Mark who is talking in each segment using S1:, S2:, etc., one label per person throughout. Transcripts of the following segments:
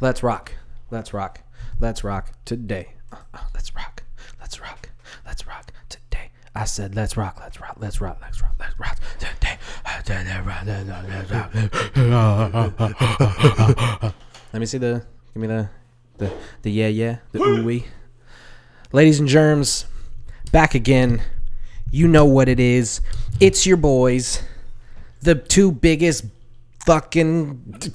S1: Let's rock. Let's rock. Let's rock today. Uh, uh, let's rock. Let's rock. Let's rock today. I said let's rock. Let's rock. Let's rock. Let's rock. Let's rock today. I said, let's rock, let's rock, let's rock, let's rock. Let me see the. Give me the. The the yeah yeah the ooh wee. Ladies and germs, back again. You know what it is. It's your boys, the two biggest fucking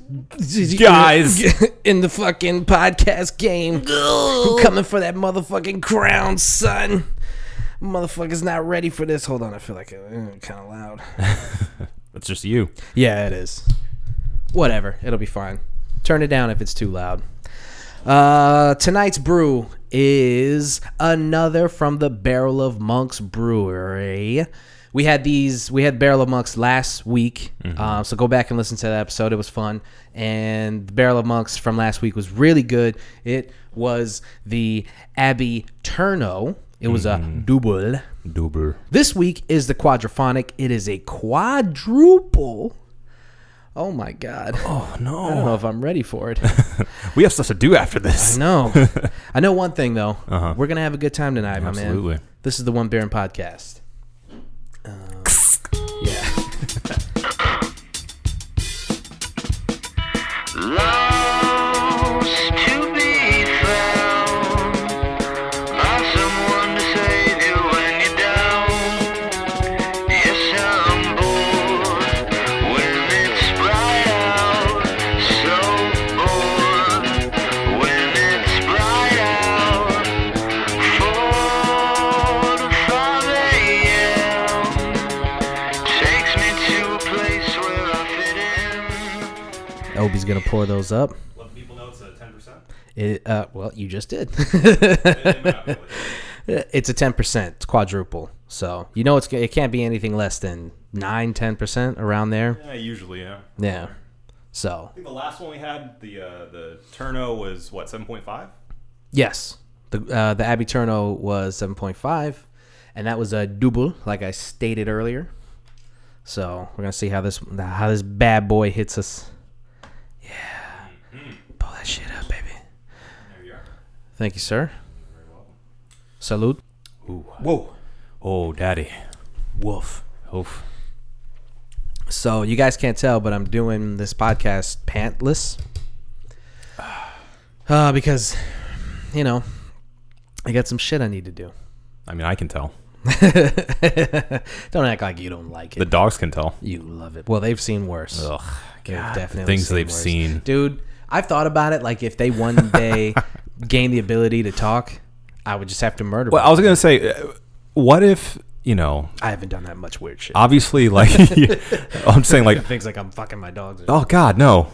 S2: Guys.
S1: in the fucking podcast game. Who coming for that motherfucking crown, son? Motherfucker's not ready for this. Hold on, I feel like it kind of loud.
S2: That's just you.
S1: Yeah, it is. Whatever, it'll be fine. Turn it down if it's too loud. Uh, tonight's brew is another from the Barrel of Monks Brewery. We had these. We had Barrel of Monks last week, uh, so go back and listen to that episode. It was fun, and the Barrel of Monks from last week was really good. It was the Abbey Turno. It was a double.
S2: Double.
S1: This week is the quadraphonic. It is a quadruple. Oh my god.
S2: Oh
S1: I don't
S2: no.
S1: know if I'm ready for it.
S2: We have stuff to do after this.
S1: no. I know one thing though. We're going to have a good time tonight, my
S2: Absolutely.
S1: man. This is the One Baron podcast. Uh, yeah.
S3: Lost to be found by someone to save you when you're down. Yes, I'm bored when it's bright out. So bored when it's bright out. Four to five a.m. takes me to a place where I fit in.
S1: Obi's going to pour those up.
S4: Let the people know it's a ten percent.
S1: It, uh, well, you just did.
S4: That's
S1: it's a 10%. It's quadruple. So, you know it's g- it can't be anything less than 9 10% around there.
S4: yeah, usually, yeah. I
S1: Yeah. So,
S4: think the last one we had, the uh, the Turno was what seven point five.
S1: Yes, the uh, the Abbey Turno was seven point five, and that was a double, like I stated earlier. So we're gonna see how this how this bad boy hits us. Yeah, pull that shit up, baby.
S4: There you are.
S1: Thank you, sir. Salute.
S2: Whoa. Oh, daddy.
S1: Woof.
S2: Oof.
S1: So you guys can't tell, but I'm doing this podcast pantless, uh, because you know I got some shit I need to do.
S2: I mean, I can tell.
S1: don't act like you don't like it.
S2: The dogs can tell.
S1: You love it. Well, they've seen worse.
S2: Ugh.
S1: They've
S2: the things they've
S1: worse.
S2: seen.
S1: Dude, I've thought about it. Like, if they one day gain the ability to talk, I would just have to murder
S2: Well, I
S1: them.
S2: was gonna say, uh, what if you know?
S1: I haven't done that much weird shit.
S2: Obviously, like I'm saying, like
S1: Things like I'm fucking my dogs.
S2: Oh God, no.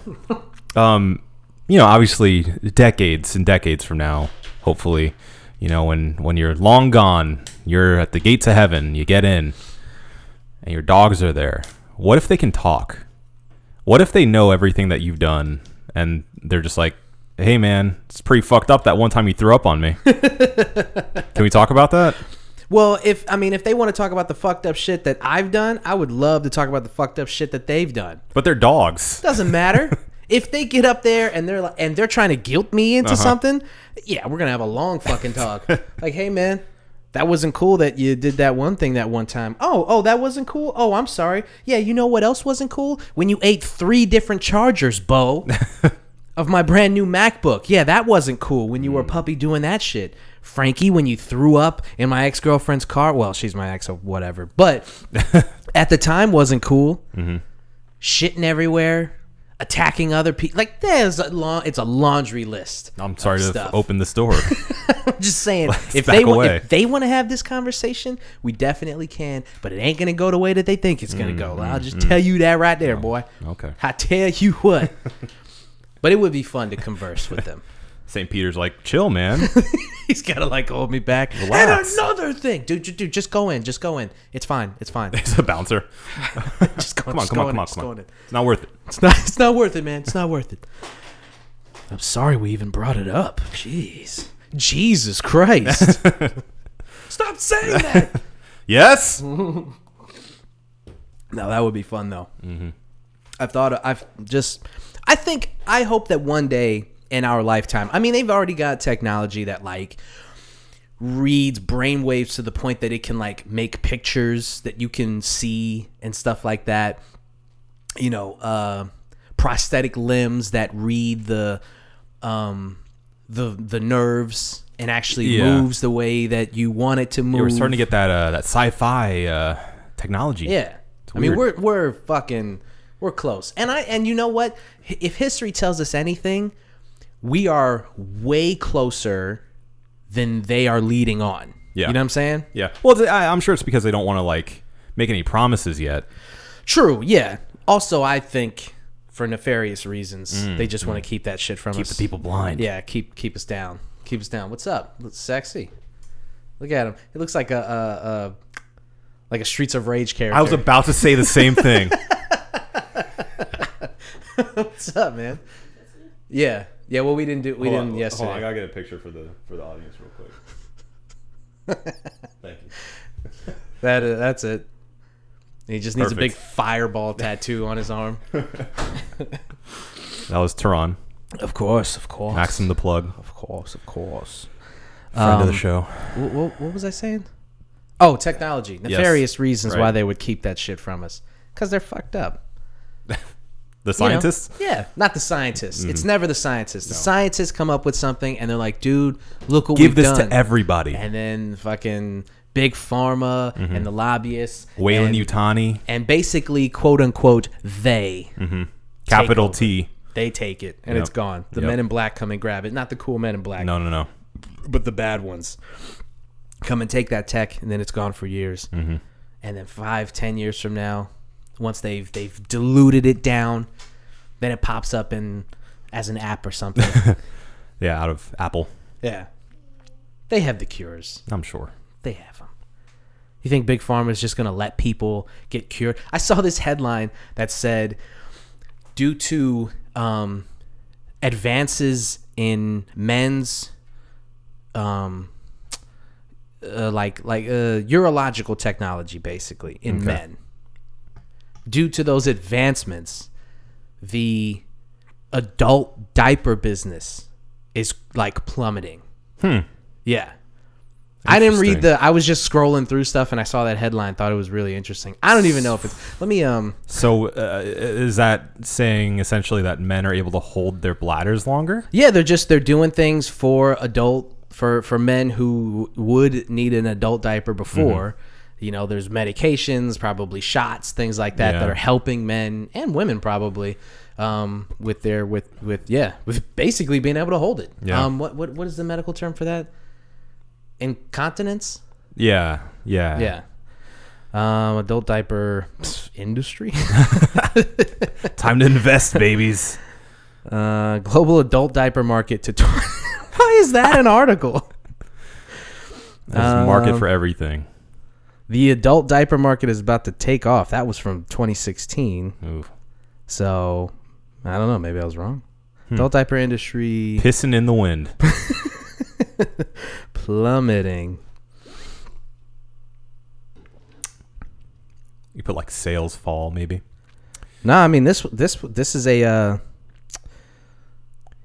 S2: um, you know, obviously, decades and decades from now, hopefully, you know, when when you're long gone, you're at the gates of heaven. You get in, and your dogs are there. What if they can talk? What if they know everything that you've done, and they're just like, "Hey, man, it's pretty fucked up that one time you threw up on me." can we talk about that?
S1: Well, if I mean, if they want to talk about the fucked up shit that I've done, I would love to talk about the fucked up shit that they've done.
S2: But they're dogs.
S1: Doesn't matter. if they get up there and they're like, and they're trying to guilt me into something, yeah, we're gonna have a long fucking talk. like, hey man, that wasn't cool that you did that one thing that one time. Oh, oh, that wasn't cool. Oh, I'm sorry. Yeah, you know what else wasn't cool? When you ate three different chargers, Bo, of my brand new MacBook. Yeah, that wasn't cool when you
S2: Mm.
S1: were a puppy doing that shit. Frankie, when you threw up in my ex girlfriend's car. Well, she's my ex, so whatever. But at the time, wasn't cool
S2: Mm-hmm.
S1: shitting everywhere, attacking other people. Like there's a long, it's a laundry list.
S2: I'm sorry to
S1: Stuff.
S2: open this door.
S1: I'm just saying, if
S2: back
S1: they wa-
S2: away.
S1: if they want to have this conversation, we definitely can. But it ain't gonna go the way that they think it's gonna go. I'll just tell you that right there, boy.
S2: Mm-hmm. okay.
S1: I tell you what. but it would be fun to converse with them.
S2: St. Peter's like, chill, man.
S1: He's gotta like hold me back.
S2: Relax.
S1: And another thing, dude, dude, dude, just go in, just go in. It's fine, it's fine.
S2: It's a bouncer.
S1: Just go,
S2: Come on,
S1: just
S2: come
S1: go
S2: on,
S1: in,
S2: come on,
S1: just
S2: come
S1: go
S2: on.
S1: in.
S2: It's not worth it.
S1: It's not. It's not worth it, man. It's not worth it. I'm sorry we even brought it up. Jeez. Jesus Christ. Stop saying that.
S2: Yes.
S1: No, that would be
S4: Mm-hmm.
S1: fun though. I've thought. I've just. I think. I hope that one day in our lifetime. I mean, they've already got technology that like reads brainwaves to the point that it can like make pictures that you can see and stuff like that. You know, uh, prosthetic limbs that read the um, the the nerves and actually
S4: Yeah.
S1: moves the way that you want it to move.
S4: We're starting to get that uh, that sci-fi uh, technology.
S1: Yeah. I mean, we're we're fucking we're close. And I and you know what? H- If history tells us anything, we are way closer than they are leading on.
S4: Yeah.
S1: You know what I'm saying?
S4: Yeah. Well, th- I, I'm sure it's because they don't want to like make any promises yet.
S1: True. Yeah. Also, I think for nefarious reasons, they just want to keep that shit from us.
S4: blind.
S1: Yeah, keep keep us down. Keep us down. What's up? Looks sexy. Look at him. He looks like a, a, a like a Streets of Rage character.
S4: I was about to say the same thing.
S1: What's up, man? Yeah. Yeah, well we didn't do we
S5: Hold
S1: didn't
S5: on,
S1: yesterday.
S5: Hold on, I gotta get a picture for the for the audience real quick. Thank you.
S1: That uh, that's it. He just needs a big
S4: Perfect.
S1: fireball tattoo on his arm.
S4: that was Tehran.
S1: of course, of course,
S4: Maxim the plug.
S1: of course, of course.
S4: Friend of the
S2: Um,
S4: show.
S1: What, what, was I saying? Oh, technology. Nefarious reasons why
S4: Right.
S1: they would keep that shit from us because they're fucked up.
S4: The
S1: you know?
S4: scientists. Mm-hmm.
S1: Yeah, not the scientists. It's never the scientists. The scientists come up with something and they're like, "Dude, look what we've
S4: Give this
S1: done."
S4: to everybody.
S1: and then fucking big pharma
S4: Mm-hmm.
S1: and the lobbyists.
S4: Whalen
S1: and,
S4: Utani.
S1: and basically, quote unquote, they.
S4: Capital
S1: over.
S4: T.
S1: They take it and
S4: Yep.
S1: it's gone. The
S4: Yep.
S1: men in black come and grab it. Not the cool men in black,
S4: No, no, no.
S1: but the bad ones come and take that tech, and then it's gone for years.
S4: Mm-hmm.
S1: And then five, ten years from now, once they've they've diluted it down, then it pops up in as an app or something.
S4: Yeah, out of Apple.
S1: yeah, they have the cures.
S4: I'm sure.
S1: They have them. You think Big Pharma is just going to let people get cured? I saw this headline that said, due to um, advances in men's um, uh, like like uh, urological technology, basically in men. Due to those advancements, the adult diaper business is like plummeting. Yeah. I didn't read
S4: Interesting.
S1: the. I was just scrolling through stuff and I saw that headline. Thought it was really interesting. I don't even know if it's. Let me um.
S4: So uh, is that saying essentially that men are able to hold their bladders longer?
S1: Yeah, they're just they're doing things for adult for for men who would need an adult diaper before.
S4: Mm-hmm.
S1: You know, there's medications, probably shots, things like that that
S4: Yeah.
S1: are helping men and women probably um, with their with with yeah with basically being able to hold it.
S4: Yeah.
S1: Um, what what what is the medical term for that? Incontinence.
S4: Yeah. Yeah.
S1: Yeah. Um, adult diaper pff, industry.
S4: Time to invest, babies.
S1: Uh, global adult diaper market to. Why is that an article?
S4: There's a market
S2: Um,
S4: for everything.
S1: the adult diaper market is about to take off. That was from 2016.
S4: Ooh.
S1: So I don't know. Maybe I was wrong. Adult diaper industry
S4: Pissing in the wind.
S1: plummeting.
S4: You put like sales fall, maybe.
S1: No, I mean this. This. This is a. Uh,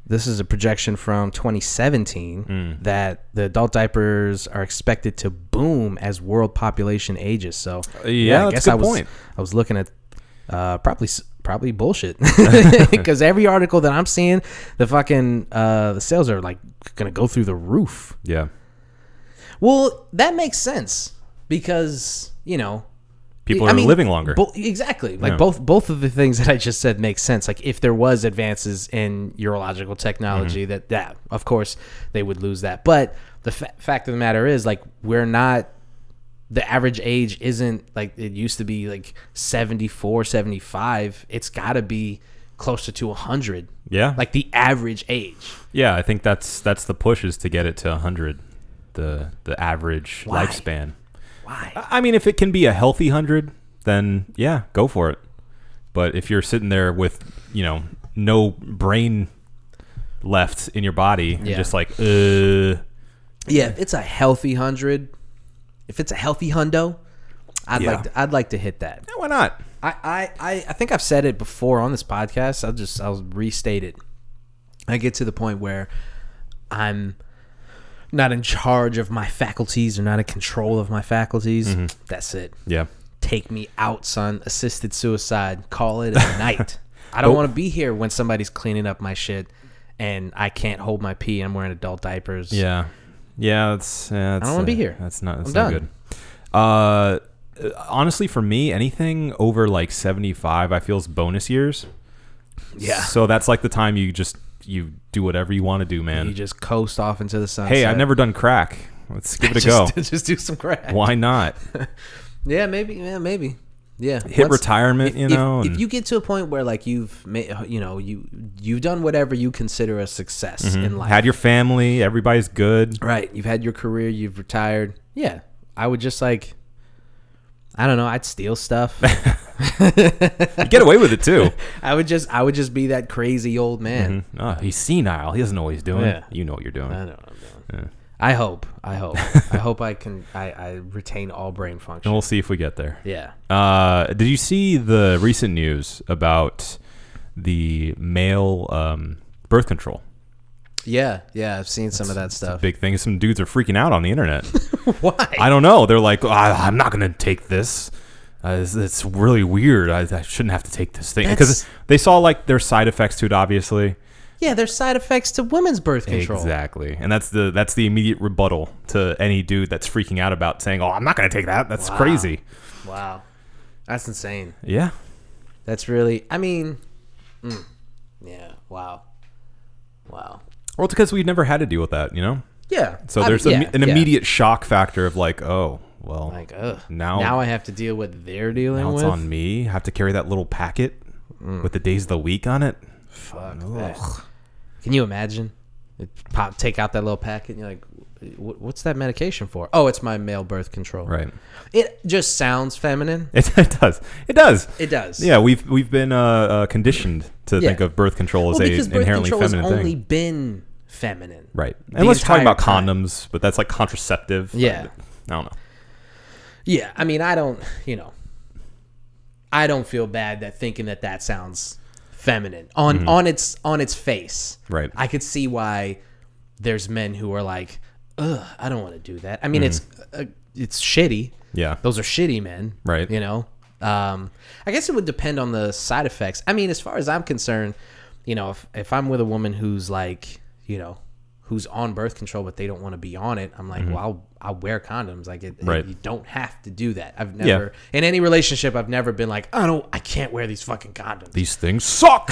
S1: this is a projection from 2017
S4: Hmm.
S1: that the adult diapers are expected to boom as world population ages. So
S4: Uh, yeah, that's a good
S1: I was
S4: point.
S1: I was looking at uh, probably s- probably bullshit because every article that I'm seeing, the fucking uh, the sales are like gonna go through the roof.
S4: Yeah.
S1: Well, that makes sense because you know
S4: People
S1: I
S4: are
S1: mean,
S4: living longer.
S1: bo- exactly. Like
S4: Yeah.
S1: both both of the things that I just said make sense. Like if there was advances in urological
S4: Mm-hmm.
S1: technology, that that of course they would lose that. But the fa- fact of the matter is, like we're not. The average age isn't like it used to be like 74, 75. It's got to be closer to 100.
S4: yeah.
S1: Like the average age.
S4: Yeah, I think that's that's the push is to get it to 100, the the average
S1: Why?
S4: lifespan.
S1: Why?
S4: I mean, if it can be a healthy 100, then yeah, go for it. But if you're sitting there with, you know, no brain left in your body and
S1: Yeah.
S4: just like, uh,
S1: Yeah, if it's a healthy 100, if it's a healthy hundo, I'd
S4: Yeah.
S1: like to, I'd like to hit that.
S4: why not?
S1: I, I, I- I think I've said it before on this podcast. I'll just I'll restate it. I get to the point where I'm not in charge of my faculties or not in control of my faculties. That's it.
S4: Yeah.
S1: Take me out, son. Assisted suicide. Call it a night. I don't want to be here when somebody's cleaning up my shit and I can't hold my pee and I'm wearing adult diapers.
S4: Yeah. Yeah, that's yeah, that's,
S1: don't wanna be
S4: uh,
S1: here.
S4: That's not that's
S1: I'm
S4: not
S1: done.
S4: good. Uh honestly for me, anything over like 75 I feel is bonus years.
S1: Yeah.
S4: So that's like the time you just you do whatever you want to do, man.
S1: You just coast off into the sunset.
S4: Mm. hey, I've never done crack. Let's give it a go.
S1: just, Just do some crack.
S4: Why not?
S1: Yeah, maybe. Yeah, maybe. Yeah.
S4: Hit retirement, you
S1: if-
S4: know,
S1: If,
S4: and-
S1: you get to a point where like you've made, you know, you you've done whatever you consider a success
S4: Mm-hmm.
S1: in life.
S4: Had your family, everybody's good.
S1: right. You've had your career. You've retired. Yeah. I would just like. I don't know. I'd steal stuff.
S4: You get away with it too.
S1: I would just, I would just be that crazy old man.
S4: Oh, he's senile. He doesn't know what he's doing.
S1: Yeah. Uh,
S4: You know what you're doing.
S1: I know what I'm doing. I hope. I hope. I hope I can. I, I retain all brain function.
S4: We'll see if we get there.
S1: Yeah.
S4: Uh, did you see the recent news about the male um, birth control?
S1: Yeah. Yeah. I've seen some of that stuff.
S4: Big thing. Some dudes are freaking out on the internet.
S1: Why?
S4: I don't know. They're like, "Ah, I'm not going to take this. Uh, it's, it's really weird. I, I shouldn't have to take this thing because
S1: That's-
S4: they saw like their side effects to it, obviously.
S1: Yeah, there's side effects to women's birth control.
S4: Exactly, and that's the that's the immediate rebuttal to any dude that's freaking out about saying, "Oh, I'm not going to take that. That's crazy."
S1: Wow. That's insane.
S4: Yeah,
S1: That's really, I mean, mm, yeah, wow. Wow.
S4: well, it's because we've never had to deal with that, you know.
S1: Yeah.
S4: So
S1: I
S4: there's
S1: mean,
S4: a-
S1: yeah,
S4: an
S1: yeah.
S4: immediate shock factor of like, oh, well,
S1: Like, ugh.
S4: Now-
S1: Now, now I have to deal with they're dealing
S4: now it's
S1: with. Mm.
S4: on me. I have to carry that little packet with the days of the week on it.
S1: Fuck that. Can you imagine? It pop, take out that little packet, and you're like, "Wh- what's that medication for? Oh, it's my male birth control.
S4: Right.
S1: It just sounds feminine.
S4: It, it does. It does.
S1: It does.
S4: Yeah, we've we've been uh, uh, conditioned to
S1: Yeah.
S4: think of birth control as
S1: Well,
S4: a
S1: because birth
S4: inherently
S1: control has
S4: feminine thing.
S1: only been feminine.
S4: right.
S1: the
S4: Unless you're talking
S1: entire
S4: about
S1: time.
S4: condoms, but that's like contraceptive.
S1: Yeah.
S4: I, don't know.
S1: Yeah, I mean, I don't, you know, I don't feel bad that thinking that that sounds feminine on on its on its face.
S4: Mm-hmm. Right.
S1: I could see why there's men who are like, "Ugh, I don't want to do that." I mean, it's uh, it's shitty.
S4: Mm-hmm. Yeah.
S1: Those are shitty men.
S4: Right.
S1: You know. Um, I guess it would depend on the side effects. I mean, as far as I'm concerned, you know, if if I'm with a woman who's like, you know, who's on birth control but they don't want to be on it, I'm like, well, I'll, I'll wear condoms. Like, it,
S4: Mm-hmm. Right.
S1: you don't have to do that. I've never in any relationship, I've never been like, I don't, I can't wear these fucking condoms.
S4: These things suck.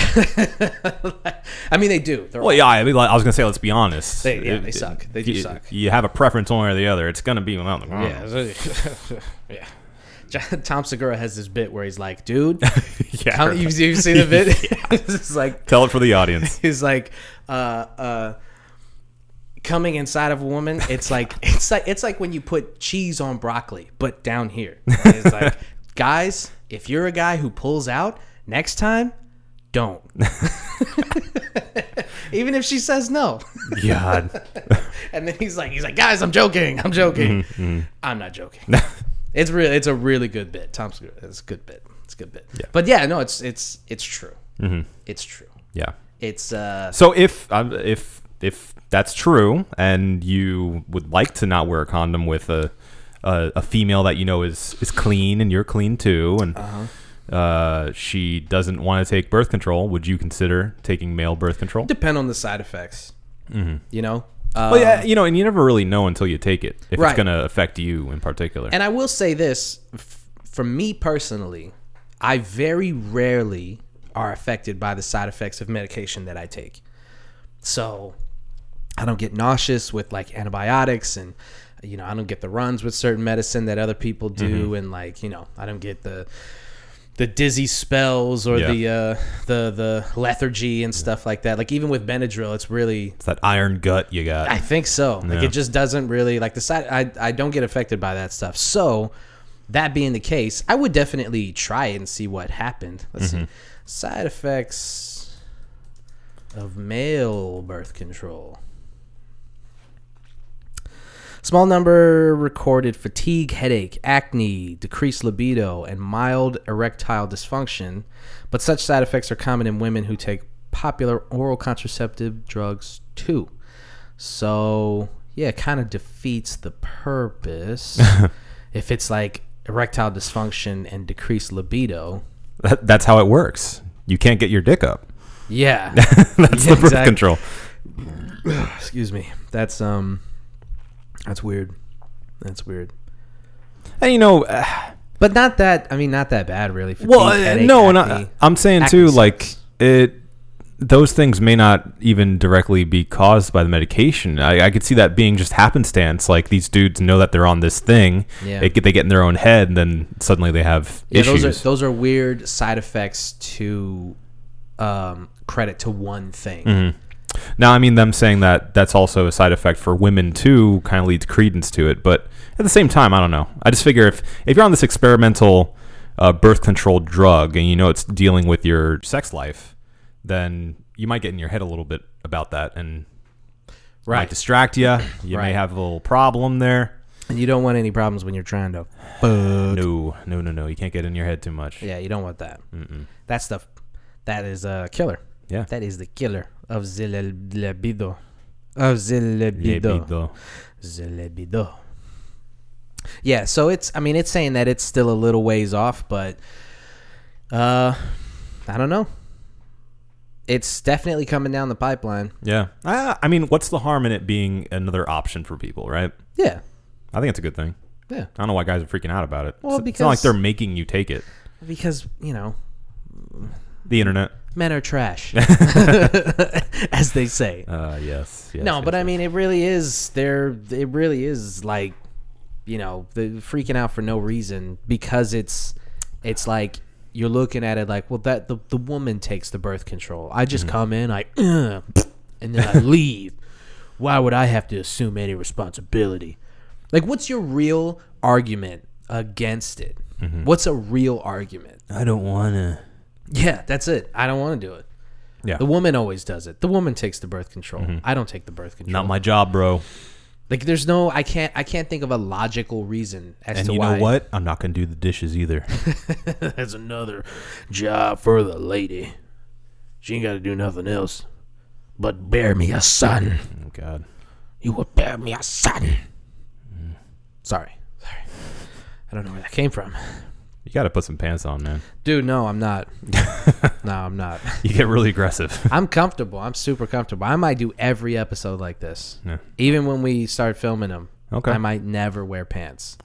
S1: I mean, they do. They're
S4: well, yeah. I mean, like, I was gonna say, let's be honest.
S1: They- yeah, they suck. They do
S4: you,
S1: suck.
S4: You have a preference one way or the other. It's gonna be well,
S1: Yeah. it's- yeah. John- Tom Segura has this bit where he's like, dude,
S4: yeah.
S1: Tom, you've, you've seen the bit? it's like,
S4: Tell it for the audience.
S1: is like uh uh coming inside of a woman it's like it's like it's like when you put cheese on broccoli but down here it's like guys if you're a guy who pulls out next time don't even if she says no
S4: God.
S1: and then he's like he's like guys i'm joking i'm joking i'm not joking it's really it's a really good bit tom's good it's a good bit it's a good bit but yeah no it's it's it's true it's true
S4: yeah.
S1: it's uh
S4: So if um, if if that's true, and you would like to not wear a condom with a a, a female that you know is is clean, and you're clean too, and uh she doesn't want to take birth control, would you consider taking male birth control?
S1: depend on the side effects. You know. Um,
S4: well, Oh, yeah, uh, you know, and you never really know until you take it if it's
S1: Right.
S4: going to affect you in particular.
S1: And I will say this: f- for me personally, I very rarely are affected by the side effects of medication that I take. So I don't get nauseous with like antibiotics and you know, I don't get the runs with certain medicine that other people do and like, you know, I don't get the the dizzy spells or
S4: Yeah.
S1: the uh the the lethargy and stuff like that. Like even with Benadryl, it's really
S4: it's that iron gut you got.
S1: I think so. Like
S4: Yeah.
S1: it just doesn't really like the side. I I don't get affected by that stuff. So that being the case, I would definitely try it and see what happened. Let's see side effects of male birth control. Small number recorded fatigue, headache, acne, decreased libido, and mild erectile dysfunction, but such side effects are common in women who take popular oral contraceptive drugs too. So, yeah, it kind of defeats the purpose. if it's like erectile dysfunction and decreased libido.
S4: That, that's how it works. You can't get your dick up.
S1: Yeah.
S4: That's
S1: Yeah,
S4: the birth
S1: exact-
S4: control.
S1: Excuse me. That's um that's weird. That's weird.
S4: And you know, uh,
S1: But not that I mean not that bad really. Fatigue,
S4: well, uh,
S1: headache,
S4: no, and I,
S1: acne.
S4: I'm saying
S1: acne
S4: too,
S1: sucks.
S4: like it. Those things may not even directly be caused by the medication. I, I could see that being just happenstance. Like these dudes know that they're on this thing.
S1: Yeah.
S4: It, they get in their own head, and then suddenly they have
S1: Yeah,
S4: issues.
S1: those are those are weird side effects to um, credit to one thing.
S4: Mm-hmm. Now, I mean, them saying that that's also a side effect for women too kind of leads credence to it. But at the same time, I don't know. I just figure if if you're on this experimental uh, birth control drug and you know it's dealing with your sex life, then you might get in your head a little bit about that and might
S1: Right.
S4: distract you. You may
S1: Right.
S4: have a little problem there.
S1: And you don't want any problems when you're trying to.
S4: No, no, no, no. You can't get in your head too much.
S1: Uh, Yeah, you don't want that. That stuff. That is a killer.
S4: Yeah.
S1: That is the killer of the li- libido. Of the libido.
S4: Libido.
S1: The libido. Yeah, so it's. I mean, it's saying that it's still a little ways off, but. Uh, I don't know. It's definitely coming down the pipeline.
S4: Yeah. I, I mean, what's the harm in it being another option for people, right?
S1: Yeah.
S4: I think it's a good thing.
S1: Yeah.
S4: I don't know why guys are freaking out about it.
S1: Well,
S4: it's, it's not like
S1: because-
S4: they're making you take it.
S1: because you know
S4: The internet.
S1: men are trash as they say
S4: Uh, yes. yes
S1: no but i mean it really is there it really is like you know the freaking out for no reason because it's it's like you're looking at it like well that the, the woman takes the birth control i just come in i "Uh," and then i leave why would i have to assume any responsibility like what's your real argument against it what's a real argument
S4: I don't wanna.
S1: Yeah, that's it. I don't want to do it.
S4: Yeah.
S1: The woman always does it. The woman takes the birth control. I don't take the birth control.
S4: Not my job, bro.
S1: like there's no I can't I can't think of a logical reason as
S4: And
S1: to
S4: you
S1: why.
S4: know what? I'm not gonna do the dishes either.
S1: That's another job for the lady. She ain't got to do nothing else but bear me a son.
S4: oh God.
S1: You will bear me a son. Sorry. Sorry. I don't know where that came from.
S4: You gotta put some pants on, man.
S1: Dude, no, I'm not. no, I'm not.
S4: You get really aggressive.
S1: I'm comfortable. I'm super comfortable. I might do every episode like this.
S4: Yeah.
S1: Even when we start filming them,
S4: Okay.
S1: I might never wear pants.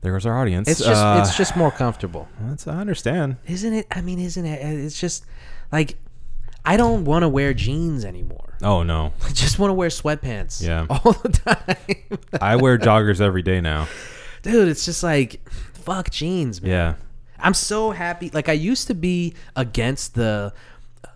S4: There's our audience.
S1: It's just
S4: Uh,
S1: it's just more comfortable,
S4: that's- I understand.
S1: isn't it? I mean, isn't it? It's just like I don't want to wear jeans anymore.
S4: Oh no.
S1: I just want to wear sweatpants.
S4: Yeah.
S1: all the time,
S4: I wear joggers every day now.
S1: dude. It's just like fuck jeans, man.
S4: Yeah.
S1: I'm so happy. Like I used to be against the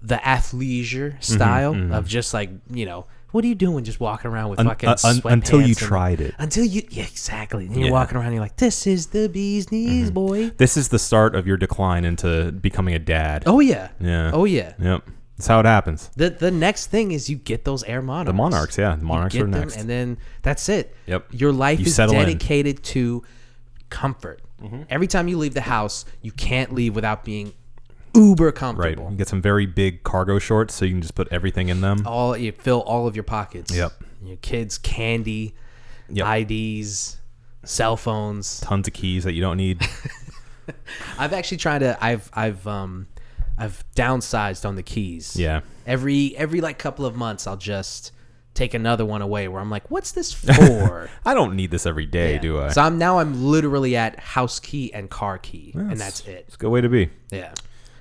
S1: the
S4: Mm-hmm,
S1: athleisure style of just like you know what are you doing just walking around with
S4: Un-
S1: fucking
S4: un- un-
S1: sweatpants
S4: until you
S1: and-
S4: tried it.
S1: until you yeah exactly and you're
S4: Yeah. Mm-hmm.
S1: walking around you're like this is the bee's knees boy
S4: This is the start of your decline into becoming a dad.
S1: oh yeah
S4: Yeah.
S1: oh yeah
S4: Yep. That's how it happens.
S1: the the next thing is you get those air monarchs
S4: The monarchs. Yeah. The
S1: You
S4: monarchs
S1: get
S4: are
S1: them,
S4: next.
S1: and then that's it.
S4: Yep.
S1: Your life
S4: You
S1: is
S4: settle in. Mm-hmm.
S1: dedicated to comfort. Every time you leave the house, you can't leave without being uber
S4: Right.
S1: comfortable.
S4: You get some very big cargo shorts so you can just put everything in them.
S1: All you fill all of your pockets.
S4: Yep.
S1: Your kids, candy,
S4: Yep.
S1: IDs, cell phones.
S4: Tons of keys that you don't need.
S1: I've actually tried to. I've I've um I've downsized on the keys.
S4: Yeah.
S1: Every every like couple of months, I'll just take another one away. Where I'm like, what's this for?
S4: I don't need this every day,
S1: Yeah.
S4: do I?
S1: So I'm now I'm literally at house key and car key, and that's it.
S4: It's a good way to be.
S1: Yeah,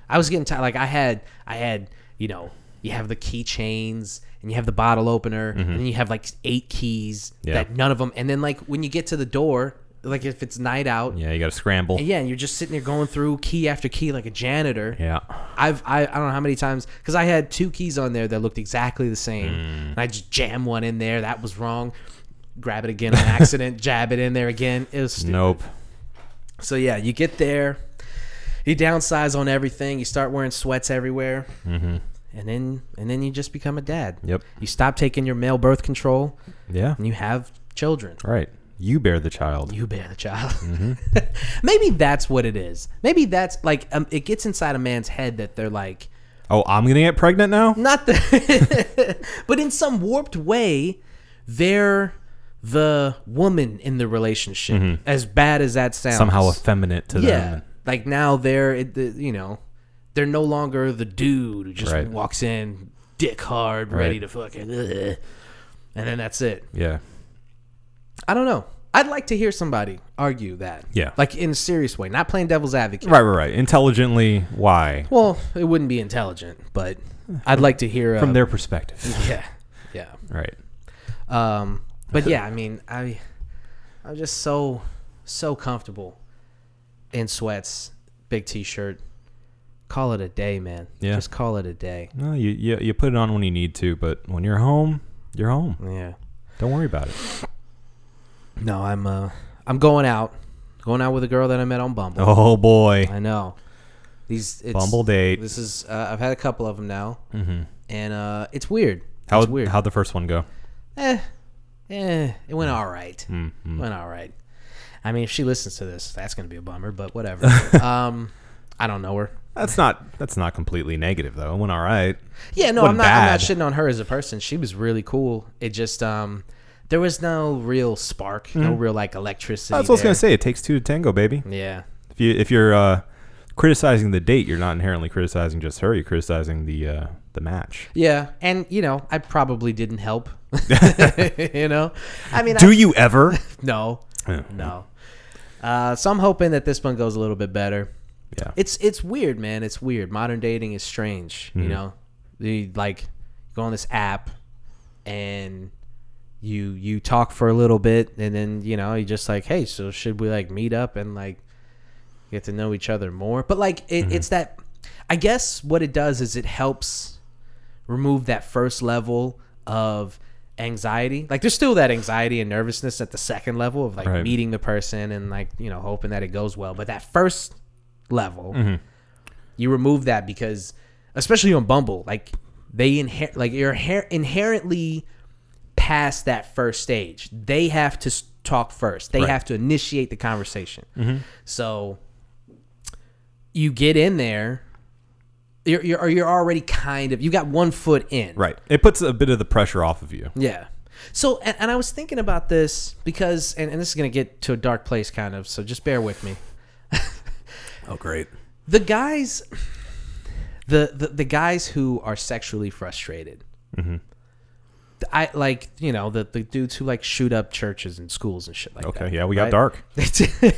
S1: I was getting tired. Like I had, I had, you know, you have the keychains and you have the bottle opener, and then you have like eight keys
S4: Mm-hmm. Yeah.
S1: that none of them. And then like when you get to the door, like if it's night out, yeah,
S4: Yeah, you got to scramble.
S1: and, yeah, and you're just sitting there going through key after key like a janitor.
S4: Yeah.
S1: I've I, I don't know how many times because I had two keys on there that looked exactly the same,
S4: Mm.
S1: and I just jam one in there that was wrong, grab it again on accident, jab it in there again. It was stupid.
S4: Nope.
S1: so yeah. You get there, you downsize on everything. You start wearing sweats everywhere, and then and then you just become a dad.
S4: Mm-hmm. Yep.
S1: You stop taking your male birth control,
S4: Yeah.
S1: and you have children.
S4: Right. You bear the child.
S1: You bear the child.
S4: Mm-hmm.
S1: Maybe that's what it is. Maybe that's like um, it gets inside a man's head that they're like,
S4: Oh, I'm gonna get pregnant now.
S1: not the but in some warped way they're the woman in the relationship as bad as that sounds
S4: Mm-hmm. Somehow effeminate to
S1: yeah
S4: them.
S1: like now they're it- the- you know they're no longer the dude who just
S4: Right.
S1: walks in dick hard ready
S4: Right.
S1: to fucking ugh, and then that's it
S4: Yeah.
S1: i don't know i'd like to hear somebody argue that
S4: Yeah.
S1: like in a serious way not playing devil's advocate
S4: Right, right, right. Intelligently, why?
S1: well it wouldn't be intelligent but i'd like to hear
S4: From
S1: uh,
S4: their perspective.
S1: yeah yeah
S4: Right.
S1: Um, but yeah, I mean, I I'm just so so comfortable in sweats, big t-shirt. Call it a day, man.
S4: Yeah.
S1: Just call it a day.
S4: No, you, you you put it on when you need to, but when you're home, you're home.
S1: Yeah.
S4: Don't worry about it.
S1: No, I'm uh I'm going out. Going out with a girl that I met on Bumble.
S4: Oh boy.
S1: I know. These it's,
S4: Bumble date.
S1: This is uh, I've had a couple of them now. Mm-hmm. And uh it's weird.
S4: How Mm.
S1: it's weird.
S4: how'd the first one go?
S1: eh, eh, it went all right.
S4: Mm-hmm.
S1: Went all right. I mean, if she listens to this, that's gonna be a bummer. But whatever. um, I don't know her.
S4: That's not that's not completely negative though. It went all right.
S1: Yeah, no,
S4: Wasn't
S1: I'm not. I'm not
S4: bad.
S1: shitting on her as a person. She was really cool. It just um, there was no real spark, no real like electricity.
S4: Mm-hmm. That's what I was
S1: there. Mm.
S4: gonna say. It takes two to tango, baby.
S1: Yeah,
S4: If you if you're uh, criticizing the date, you're not inherently criticizing just her. You're criticizing the uh, the match.
S1: yeah, and you know, I probably didn't help. you know, I mean, I,
S4: Do you ever?
S1: no,
S4: Yeah.
S1: no. Uh, so I'm hoping that this one goes a little bit better.
S4: Yeah.
S1: It's it's weird, man. It's weird. Modern dating is strange.
S4: Mm-hmm.
S1: You know, the like go on this app and you you talk for a little bit, and then you know you just like, hey, so should we like meet up and like get to know each other more? But like
S4: Mm-hmm.
S1: it, it's that. I guess what it does is it helps remove that first level of anxiety. Like there's still that anxiety and nervousness at the second level of like
S4: Right.
S1: meeting the person and like, you know, hoping that it goes well. But that first level,
S4: Mm-hmm.
S1: you remove that because especially on Bumble, like they inher- like you're inher- inherently past that first stage. They have to s- talk first. They
S4: Right. Mm-hmm.
S1: have to initiate the conversation. So you get in there you're, you're, you're already kind of you got one foot in
S4: Right. It puts a bit of the pressure off of you.
S1: yeah so and, and i was thinking about this because and, and this is going to get to a dark place kind of so just bear with me
S4: Oh, great.
S1: the guys the the, the guys who are sexually frustrated
S4: Mm-hmm.
S1: i like you know the, the dudes who like shoot up churches and schools and shit like that
S4: Okay. Yeah, we got
S1: right?
S4: dark.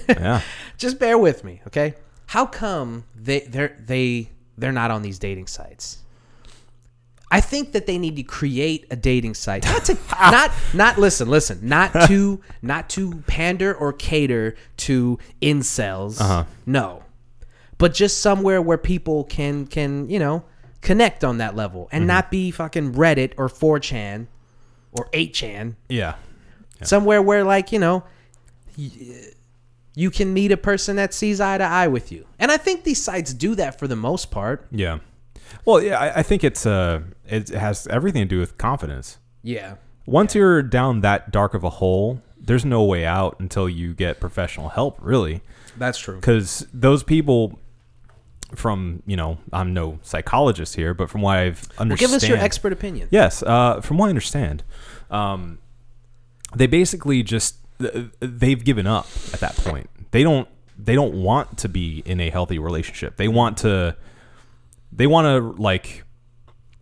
S4: Yeah.
S1: just bear with me, okay? How come they they're they they're not on these dating sites? I think that they need to create a dating site. Not to not not listen, listen, not to not to pander or cater to incels.
S4: Uh-huh.
S1: No. But just somewhere where people can can, you know, connect on that level
S4: Mm-hmm.
S1: and not be fucking Reddit or 4chan or 8chan
S4: Yeah.
S1: somewhere where like you know y- you can meet a person that sees eye to eye with you and i think these sites do that for the most part
S4: Yeah. Well, yeah, I, I think it's uh, it has everything to do with confidence.
S1: yeah
S4: Once you're down that dark of a hole, there's no way out until you get professional help, really.
S1: that's true
S4: because those people from you know i'm no psychologist here but from what i've understood
S1: give us your expert opinion
S4: yes uh, from what i understand um, they basically just th- they've given up at that point they don't they don't want to be in a healthy relationship they want to they want to like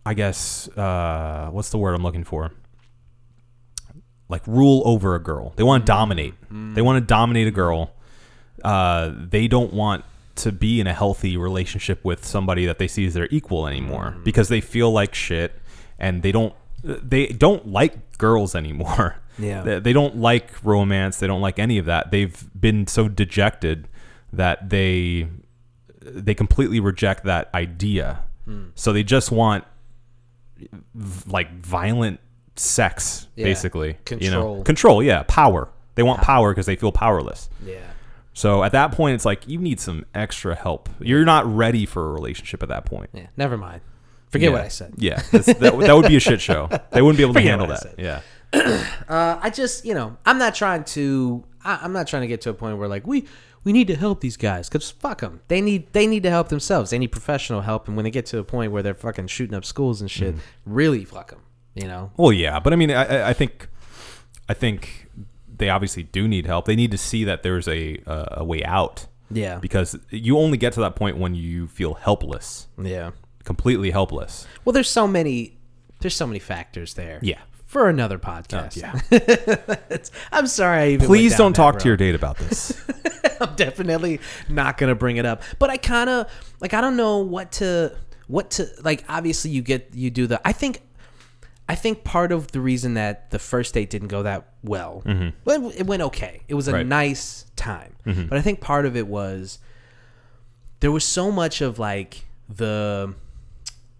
S4: i guess uh, what's the word i'm looking for like rule over a girl they want to dominate they want to dominate a girl uh, they don't want to be in a healthy relationship with somebody that they see as their equal anymore because they feel like shit and they don't they don't like girls anymore.
S1: Yeah.
S4: They, they don't like romance, they don't like any of that. They've been so dejected that they they completely reject that idea.
S1: Hmm.
S4: So they just want v- like violent sex
S1: Yeah.
S4: basically, you know.
S1: Control.
S4: Control, yeah, power. They want power because they feel powerless.
S1: yeah
S4: So at that point, it's like you need some extra help. You're not ready for a relationship at that point.
S1: yeah never mind forget what
S4: Yeah.
S1: i said
S4: Yeah, that's, that, would- that would be a shit show. They wouldn't be able to
S1: Forget
S4: handle
S1: what I
S4: that.
S1: said.
S4: Yeah,
S1: uh, i just you know i'm not trying to I, i'm not trying to get to a point where like we we need to help these guys because fuck them. They need they need to help themselves. They need professional help. And when they get to a point where they're fucking shooting up schools and shit, really fuck them. You know,
S4: Well, yeah, but I mean, I, I- I think, I think they obviously do need help. They need to see that there's a uh, a way out.
S1: Yeah.
S4: Because you only get to that point when you feel helpless,
S1: yeah.
S4: completely helpless.
S1: Well, there's so many there's so many factors there.
S4: Yeah. Oh,
S1: For another podcast. yeah. I'm sorry. I even went
S4: Please
S1: down
S4: don't
S1: that
S4: talk
S1: road.
S4: to your date about this.
S1: I'm definitely not gonna bring it up. But I kind of like I don't know what to what to like. Obviously, you get you do the. I think I think part of the reason that the first date didn't go that well, well, it went okay. It was a
S4: Mm-hmm. Right. Mm-hmm.
S1: nice time, but I think part of it was there was so much of like the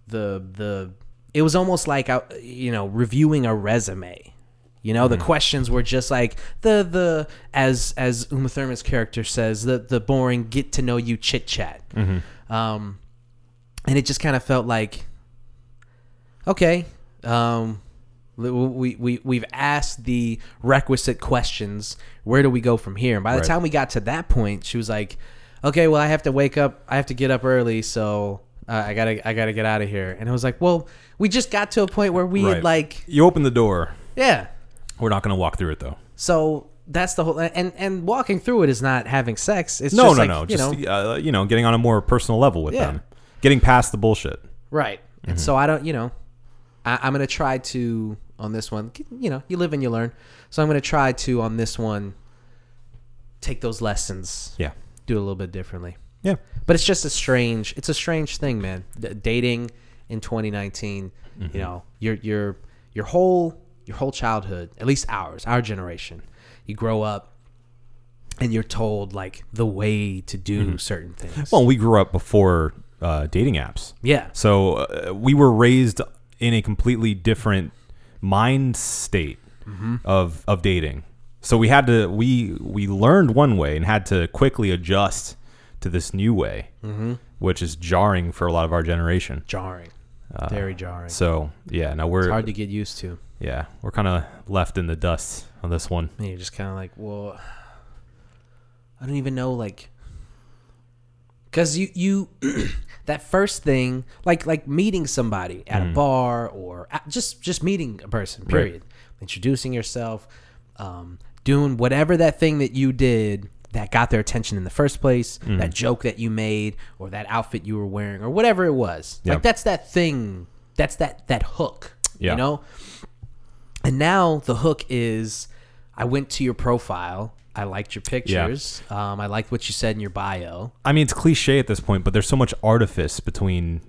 S1: the the it was almost like I, you know reviewing a resume you know the questions were just like the the as as uma thurman's character says the the boring get to know you chit chat um and it just kind of felt like okay um we, we, we, we've asked the requisite questions where do we go from here and by the
S4: Right.
S1: time we got to that point she was like okay well i have to wake up i have to get up early so uh, i gotta i gotta get out of here and i was like well we just got to a point where we had
S4: Right.
S1: like
S4: you open the door.
S1: yeah
S4: We're not going to walk through it though.
S1: so that's the whole and and walking through it is not having sex it's
S4: No,
S1: just
S4: no,
S1: like,
S4: no.
S1: you
S4: Just
S1: know
S4: uh, you know, getting on a more personal level with
S1: Yeah.
S4: them, getting past the bullshit.
S1: Right.
S4: Mm-hmm.
S1: And so I don't, you know, I, I'm going to try to, on this one, you know, you live and you learn. So I'm going to try to, on this one, take those lessons,
S4: Yeah,
S1: do it a little bit differently.
S4: yeah.
S1: But it's just a strange, it's a strange thing, man. D- dating in 2019,
S4: Mm-hmm.
S1: you know, your, your, your whole, your whole childhood, at least ours, our generation, you grow up and you're told like the way to do certain things.
S4: Mm-hmm. Well, we grew up before uh, dating apps.
S1: yeah.
S4: So uh, we were raised in a completely different mind state of of dating. So we had to we we learned one way and had to quickly adjust to this new way, which is jarring for a lot of our generation.
S1: Jarring. Very jarring.
S4: So yeah, now we're
S1: hard to get used to.
S4: yeah we're kind of left in the dust on this one.
S1: And you're just kind of like, well, I don't even know, like, because you you that first thing, like like meeting somebody at
S4: Mm.
S1: a bar or at, just just meeting a person, period, introducing yourself, um, doing whatever that thing that you did that got their attention in the first place,
S4: Mm.
S1: that joke that you made or that outfit you were wearing or whatever it was,
S4: Yeah.
S1: like that's that thing, that's that that hook,
S4: Yeah.
S1: you know. And now the hook is I went to your profile. I liked your pictures. Um, I liked what you said in your bio.
S4: I mean, it's cliche at this point, but there's so much artifice between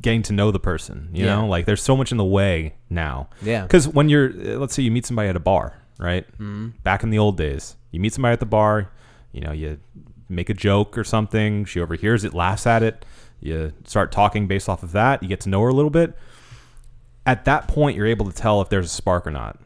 S4: getting to know the person. You
S1: Yeah.
S4: know, like there's so much in the way now.
S1: Yeah.
S4: Because when you're, uh, let's say you meet somebody at a bar, right? Mm-hmm. Back in the old days, you meet somebody at the bar. You know, you make a joke or something. She overhears it, laughs at it. You start talking based off of that. You get to know her a little bit. At that point, you're able to tell if there's a spark or not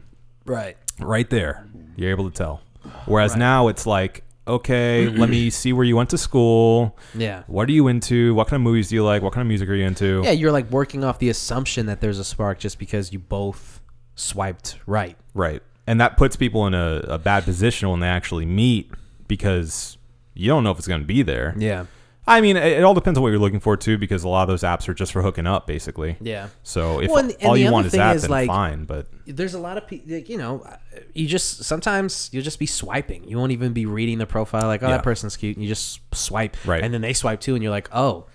S1: Right.
S4: right there you're able to tell whereas now it's like okay let me see where you went to school
S1: Yeah.
S4: what are you into what kind of movies do you like what kind of music are you into
S1: Yeah, you're like working off the assumption that there's a spark just because you both swiped right.
S4: right and that puts people in a, a bad position when they actually meet because you don't know if it's going to be there
S1: Yeah.
S4: i mean it, it all depends on what you're looking for too because a lot of those apps are just for hooking up basically
S1: Yeah.
S4: so if
S1: Well, and- and
S4: all
S1: the
S4: you
S1: other
S4: want is
S1: thing
S4: that
S1: is,
S4: then
S1: like-
S4: fine but
S1: There's a lot of people, like, you know, you just sometimes you'll just be swiping. You won't even be reading the profile, like, oh,
S4: Yeah.
S1: that person's cute. And you just swipe.
S4: Right.
S1: And then they swipe too. And you're like, oh,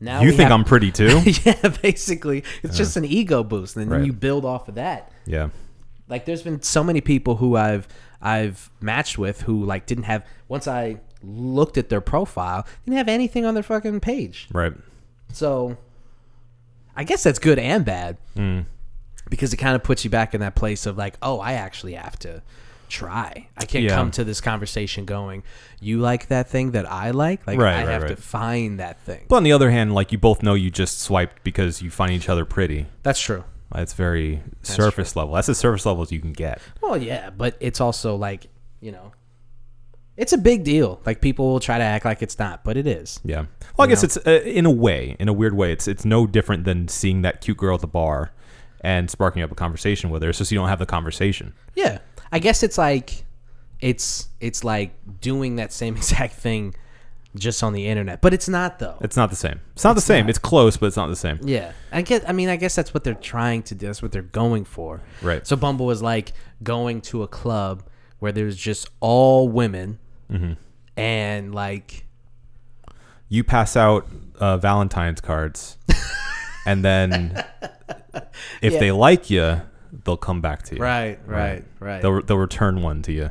S1: now
S4: you
S1: we
S4: think
S1: have-
S4: i'm pretty too
S1: yeah, basically. It's just an ego boost. And then
S4: Right.
S1: you build off of that.
S4: yeah
S1: like there's been so many people who I've I've matched with who like didn't have once I looked at their profile didn't have anything on their fucking page.
S4: right
S1: So I guess that's good and bad
S4: Hmm.
S1: because it kind of puts you back in that place of like, oh, I actually have to try. I can't
S4: Yeah.
S1: come to this conversation going, you like that thing that I like. Like
S4: Right,
S1: I
S4: right,
S1: have to
S4: right.
S1: find that thing.
S4: but on the other hand like you both know you just swiped because you find each other pretty
S1: That's true.
S4: It's very surface level. That's as surface level as you can get.
S1: Well, yeah, but it's also like you know, it's a big deal. Like people will try to act like it's not, but it is.
S4: Yeah. Well, I guess it's uh, in a way, in a weird way, it's it's no different than seeing that cute girl at the bar and sparking up a conversation with her. It's just you don't have the conversation.
S1: Yeah, I guess it's like it's it's like doing that same exact thing just on the internet. But it's not though.
S4: It's not the same. It's not the same. It's close, but it's not the same.
S1: Yeah, I get. I mean, I guess that's what they're trying to do. That's what they're going for.
S4: Right.
S1: So Bumble is like going to a club where there's just all women,
S4: Mm-hmm.
S1: and like
S4: You pass out uh, Valentine's cards, and then if they like you, they'll come back to you.
S1: right, right, right.
S4: They'll they'll return one to you.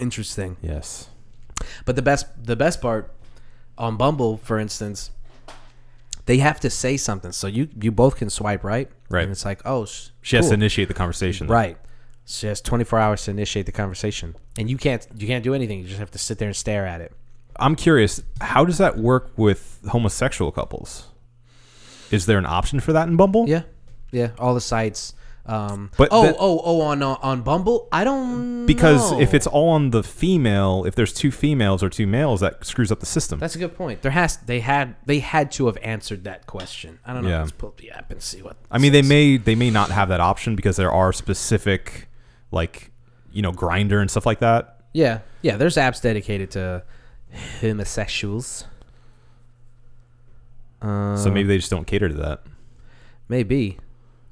S1: Interesting.
S4: Yes.
S1: But the best, the best part on Bumble, for instance, they have to say something. So you you both can swipe right.
S4: Right.
S1: And it's like, oh, sh-
S4: She has
S1: cool.
S4: to initiate the conversation.
S1: Right. She has 24 hours to initiate the conversation, and you can't you can't do anything. You just have to sit there and stare at it.
S4: I'm curious, how does that work with homosexual couples? Is there an option for that in Bumble?
S1: Yeah, yeah. All the sites. Um,
S4: But
S1: oh,
S4: that-
S1: oh, oh, on uh, on Bumble, I don't
S4: Because
S1: know.
S4: if it's all on the female, if there's two females or two males, that screws up the system.
S1: that's a good point. There has they had they had to have answered that question. I don't know.
S4: Yeah.
S1: Let's pull up the app and see what.
S4: I mean, they may they may not have that option because there are specific, like, you know, grinder and stuff like that.
S1: Yeah, yeah. There's apps dedicated to homosexuals.
S4: so maybe they just don't cater to that.
S1: Maybe.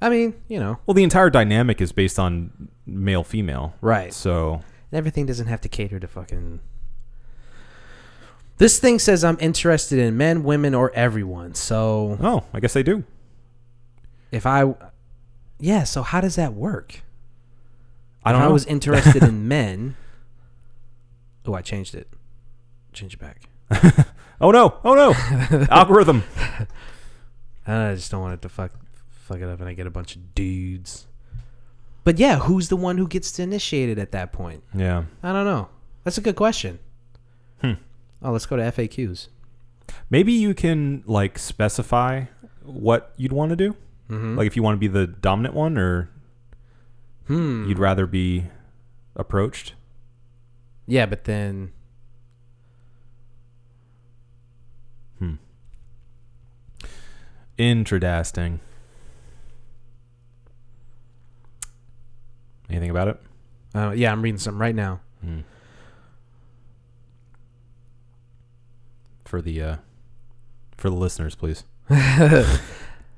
S1: I mean, you know,
S4: Well, the entire dynamic is based on male female,
S1: Right.
S4: So
S1: everything doesn't have to cater to fucking. This thing says I'm interested in men, women, or everyone. So
S4: oh, I guess they do.
S1: if I, yeah. So how does that work?
S4: I don't
S1: If I
S4: know.
S1: was interested in men. Oh, I changed it. Change it back.
S4: oh no! Oh no! Algorithm.
S1: I just don't want it to fuck fuck it up, and I get a bunch of dudes. But yeah, who's the one who gets to initiate it at that point?
S4: Yeah.
S1: I don't know. That's a good question. Hmm. Oh, let's go to FAQs.
S4: Maybe you can like specify what you'd want to do.
S1: Hmm?
S4: Like if you want to be the dominant one or
S1: Hmm.
S4: you'd rather be approached.
S1: Yeah, but then.
S4: Intradasting. Anything about it?
S1: Uh, yeah, I'm reading something right now.
S4: For the uh for the listeners, please.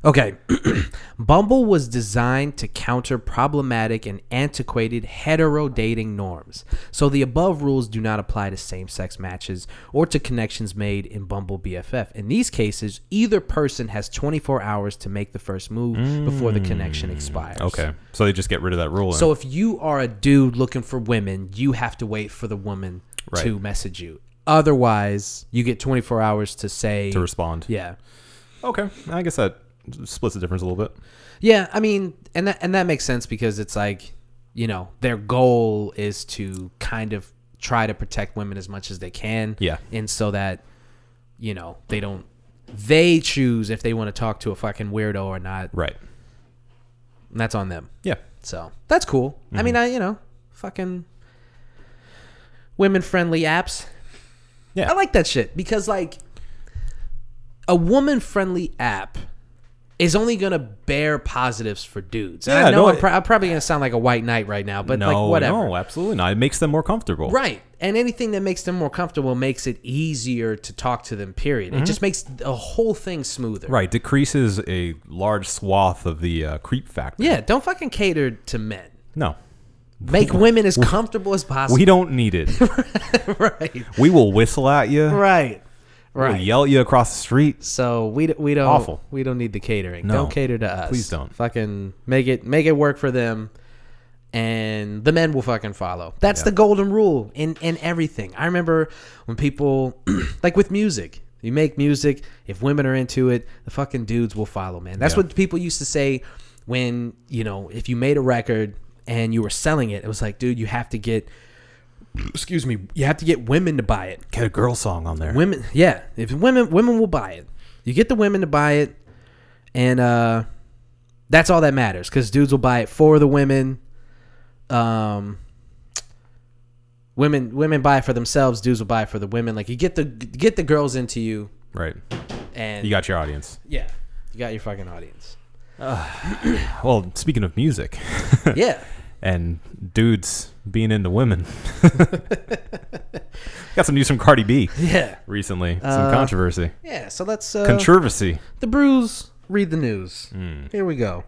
S1: Okay. Bumble was designed to counter problematic and antiquated hetero dating norms. So the above rules do not apply to same sex matches or to connections made in Bumble BFF. In these cases, either person has 24 hours to make the first move before the connection expires.
S4: Mm, Okay. So they just get rid of that rule.
S1: So if you are a dude looking for women, you have to wait for the woman
S4: Right.
S1: to message you. Otherwise, you get 24 hours to say.
S4: to respond.
S1: yeah.
S4: Okay. I guess that splits the difference a little bit.
S1: Yeah, I mean, and that and that makes sense because it's like, you know, their goal is to kind of try to protect women as much as they can.
S4: Yeah.
S1: And so that, you know, they don't they choose if they want to talk to a fucking weirdo or not.
S4: Right.
S1: And that's on them.
S4: Yeah.
S1: So that's cool. I
S4: Mm-hmm.
S1: mean, I you know, fucking women friendly apps.
S4: Yeah.
S1: I like that shit because like a woman friendly app is only gonna bear positives for dudes. And
S4: Yeah,
S1: I know
S4: no,
S1: I'm,
S4: it-
S1: pro- I'm probably gonna sound like a white knight right now, but
S4: no,
S1: like whatever.
S4: no, absolutely not. It makes them more comfortable.
S1: Right. And anything that makes them more comfortable makes it easier to talk to them, period. It just makes the whole thing smoother.
S4: Mm-hmm. Right, decreases a large swath of the uh, creep factor.
S1: Yeah, don't fucking cater to men.
S4: No,
S1: Make women as comfortable as possible.
S4: we don't need it.
S1: right.
S4: we will whistle at you.
S1: Right.
S4: We'll
S1: Right.
S4: yell at you across the street.
S1: So we d- we don't
S4: Awful.
S1: we don't need the catering.
S4: No.
S1: Don't cater to us.
S4: Please don't.
S1: Fucking make it make it work for them and the men will fucking follow. That's the golden rule in in everything. I remember when people like with music. You make music, if women are into it, the fucking dudes will follow, man. That's
S4: Yeah.
S1: what people used to say when, you know, if you made a record and you were selling it, it was like, dude, you have to get excuse me, you have to get women to buy it
S4: Get a girl song on there.
S1: women yeah if women women will buy it you get the women to buy it and uh that's all that matters because dudes will buy it for the women um women women buy it for themselves dudes will buy it for the women like you get the get the girls into you
S4: Right.
S1: and
S4: You got your audience.
S1: yeah you got your fucking audience
S4: Well, speaking of music,
S1: yeah
S4: and dudes being into women. Got some news from Cardi B
S1: Yeah.
S4: recently. Some
S1: Uh,
S4: controversy.
S1: Yeah. So let's uh,
S4: Controversy.
S1: the brews read the news.
S4: Hmm.
S1: Here we go.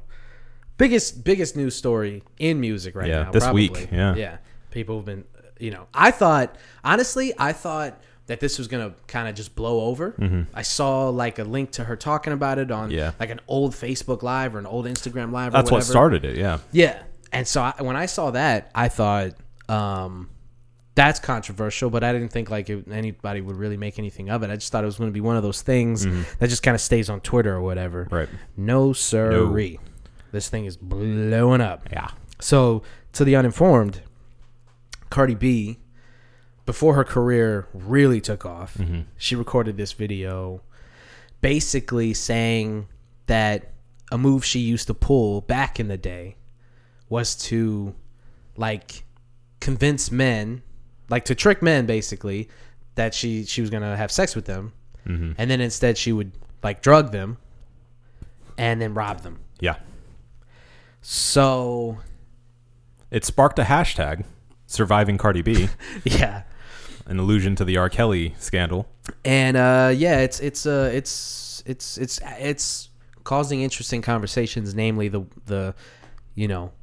S1: Biggest biggest news story in music right
S4: Yeah,
S1: now.
S4: this
S1: probably.
S4: week, yeah.
S1: Yeah. People have been you know, I thought honestly, I thought that this was gonna kind of just blow over. I saw like a link to her talking about it on
S4: Mm-hmm. Yeah.
S1: like an old Facebook Live or an old Instagram Live.
S4: That's
S1: or
S4: what
S1: whatever.
S4: started it. Yeah.
S1: Yeah. And so I, when I saw that, I thought um, that's controversial, but I didn't think like it, anybody would really make anything of it. I just thought it was going to be one of those things that just kind of stays on Twitter or whatever.
S4: Right.
S1: No sirree. This thing is blowing up.
S4: Yeah.
S1: So to the uninformed, Cardi B, before her career really took off, she recorded this video basically saying that a move she used to pull back in the day was to like convince men, like to trick men basically that she she was going to have sex with them. And then instead she would like drug them and then rob them.
S4: Yeah.
S1: So
S4: It sparked a hashtag, surviving Cardi B,
S1: yeah.
S4: an allusion to the R. Kelly scandal.
S1: and uh, yeah, it's it's uh, it's it's it's it's causing interesting conversations, namely the the you know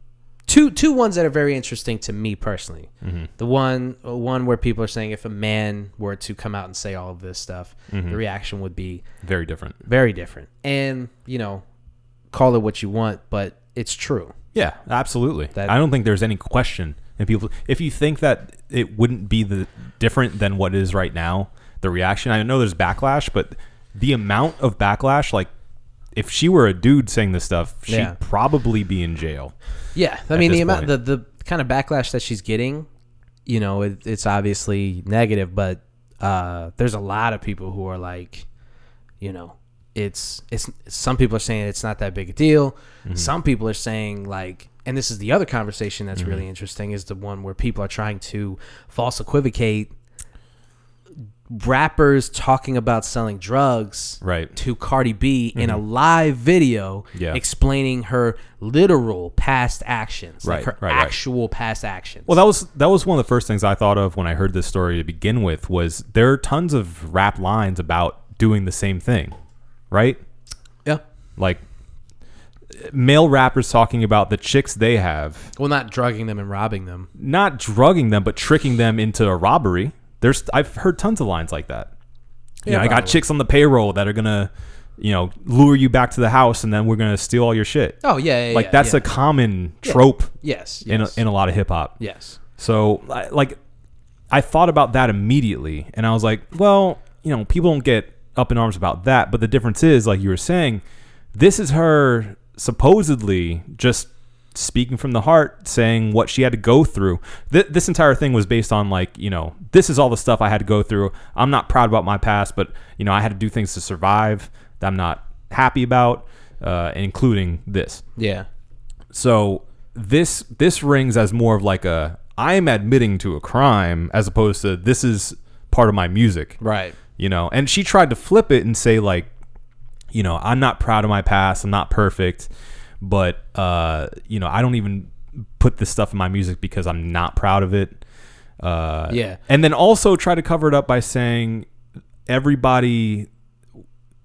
S1: two two ones that are very interesting to me personally. The one uh, one where people are saying if a man were to come out and say all of this stuff, the reaction would be
S4: Very different.
S1: very different. And you know, call it what you want, but it's true.
S4: Yeah, absolutely.
S1: That-
S4: I don't think there's any question. And people, if you think that it wouldn't be the different than what it is right now, the reaction. I know there's backlash, but the amount of backlash, like if she were a dude saying this stuff, she'd
S1: Yeah.
S4: probably be in jail.
S1: Yeah, I mean
S4: this
S1: the amount, the,
S4: point.
S1: the kind of backlash that she's getting, you know, it, it's obviously negative, but uh, there's a lot of people who are like, you know, it's it's some people are saying it's not that big a deal.
S4: Mm-hmm.
S1: Some people are saying like, and this is the other conversation
S4: Mm-hmm.
S1: that's really interesting is the one where people are trying to false equivocate rappers talking about selling drugs
S4: Right.
S1: to Cardi B in a live video
S4: Mm-hmm. Yeah.
S1: explaining her literal past actions,
S4: Right,
S1: like her
S4: right, right.
S1: actual past actions.
S4: Well, that was that was one of the first things I thought of when I heard this story to begin with. Was there are tons of rap lines about doing the same thing, right?
S1: yeah.
S4: Like male rappers talking about the chicks they have
S1: Well, not drugging them and robbing them.
S4: not drugging them, but tricking them into a robbery. There's I've heard tons of lines like that. You
S1: Yeah,
S4: know, I got
S1: probably.
S4: chicks on the payroll that are gonna, you know, lure you back to the house, and then we're gonna steal all your shit.
S1: Oh yeah, yeah
S4: like
S1: yeah,
S4: that's
S1: yeah.
S4: a common trope
S1: yes,
S4: in a,
S1: yes,
S4: in a lot of hip hop.
S1: yes.
S4: So I- like, I thought about that immediately, and I was like, well, you know, people don't get up in arms about that, but the difference is, like you were saying, this is her supposedly just speaking from the heart, saying what she had to go through. Th- this entire thing was based on like, you know, this is all the stuff I had to go through. I'm not proud about my past, but you know, I had to do things to survive that I'm not happy about, uh, including this.
S1: Yeah,
S4: So this this rings as more of like a I'm admitting to a crime as opposed to this is part of my music.
S1: right.
S4: You know, and she tried to flip it and say like, you know, I'm not proud of my past, I'm not perfect, but uh, you know, I don't even put this stuff in my music because I'm not proud of it. Uh,
S1: Yeah.
S4: and then also try to cover it up by saying everybody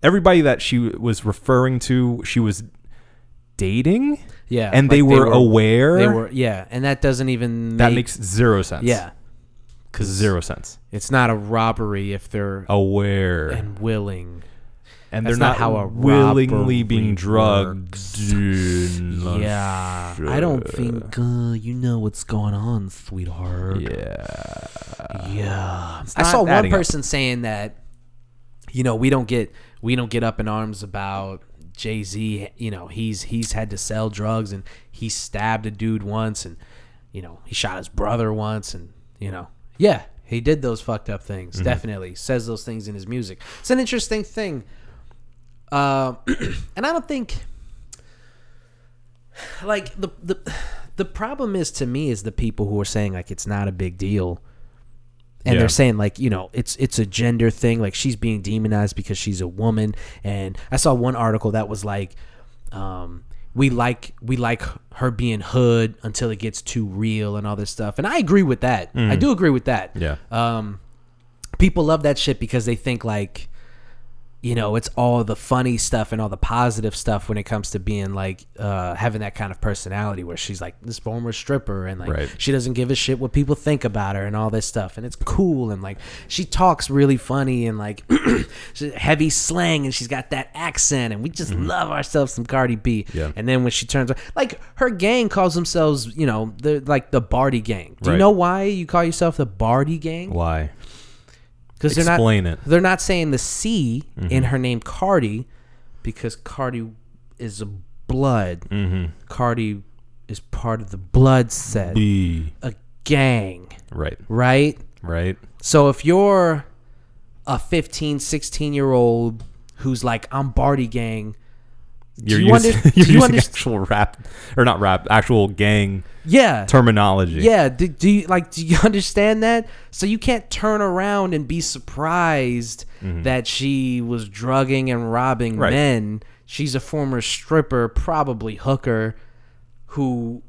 S4: everybody that she was referring to, she was dating
S1: Yeah,
S4: and
S1: like,
S4: they, were aware.
S1: They were yeah, and that doesn't even make,
S4: that makes zero sense.
S1: yeah.
S4: zero sense.
S1: It's not a robbery if they're
S4: Aware, and,
S1: and willing.
S4: they're
S1: that's
S4: not,
S1: not how a
S4: willingly
S1: robbery
S4: being drugged. Yeah.
S1: Yeah, I don't think uh, you know what's going on, sweetheart. Yeah. I
S4: not
S1: saw one
S4: adding up.
S1: person saying that you know, we don't get we don't get up in arms about Jay-Z, you know, he's he's had to sell drugs and he stabbed a dude once and you know, he shot his brother once and you know. Yeah, he did those fucked up things. Definitely says those things in his music. It's an interesting thing. Uh, and I don't think like the the the problem is to me is the people who are saying like it's not a big deal and
S4: Yeah.
S1: they're saying like you know it's it's a gender thing like she's being demonized because she's a woman and i saw one article that was like um we like we like her being hood until it gets too real and all this stuff. And I agree with that. I do agree with that.
S4: Mm. Yeah.
S1: Um, people love that shit because they think like, you know, it's all the funny stuff and all the positive stuff when it comes to being like uh, having that kind of personality where she's like this former stripper and like
S4: Right.
S1: she doesn't give a shit what people think about her and all this stuff and it's cool and like she talks really funny and like she- heavy slang and she's got that accent and we just love ourselves some Cardi B.
S4: Mm-hmm. Yeah.
S1: And then when she turns like her gang calls themselves, you know, the like the Barty gang. Do you
S4: Right.
S1: know why you call yourself the Barty gang?
S4: Why?
S1: Because they're not
S4: Explain it.
S1: They're not saying the C in her name Cardi, because Cardi is a blood. Cardi is part of the blood set,
S4: B.
S1: a gang,
S4: Right.
S1: right?
S4: Right.
S1: So if you're a 15, 16 year old who's like, I'm Barty gang.
S4: You're
S1: you
S4: using,
S1: under- do
S4: you're
S1: you
S4: using
S1: under-
S4: actual rap or not rap, actual gang
S1: Yeah.
S4: terminology.
S1: Yeah, do, do you like do you understand that? So you can't turn around and be surprised that she was drugging and robbing
S4: Right.
S1: men. She's a former stripper, probably hooker, who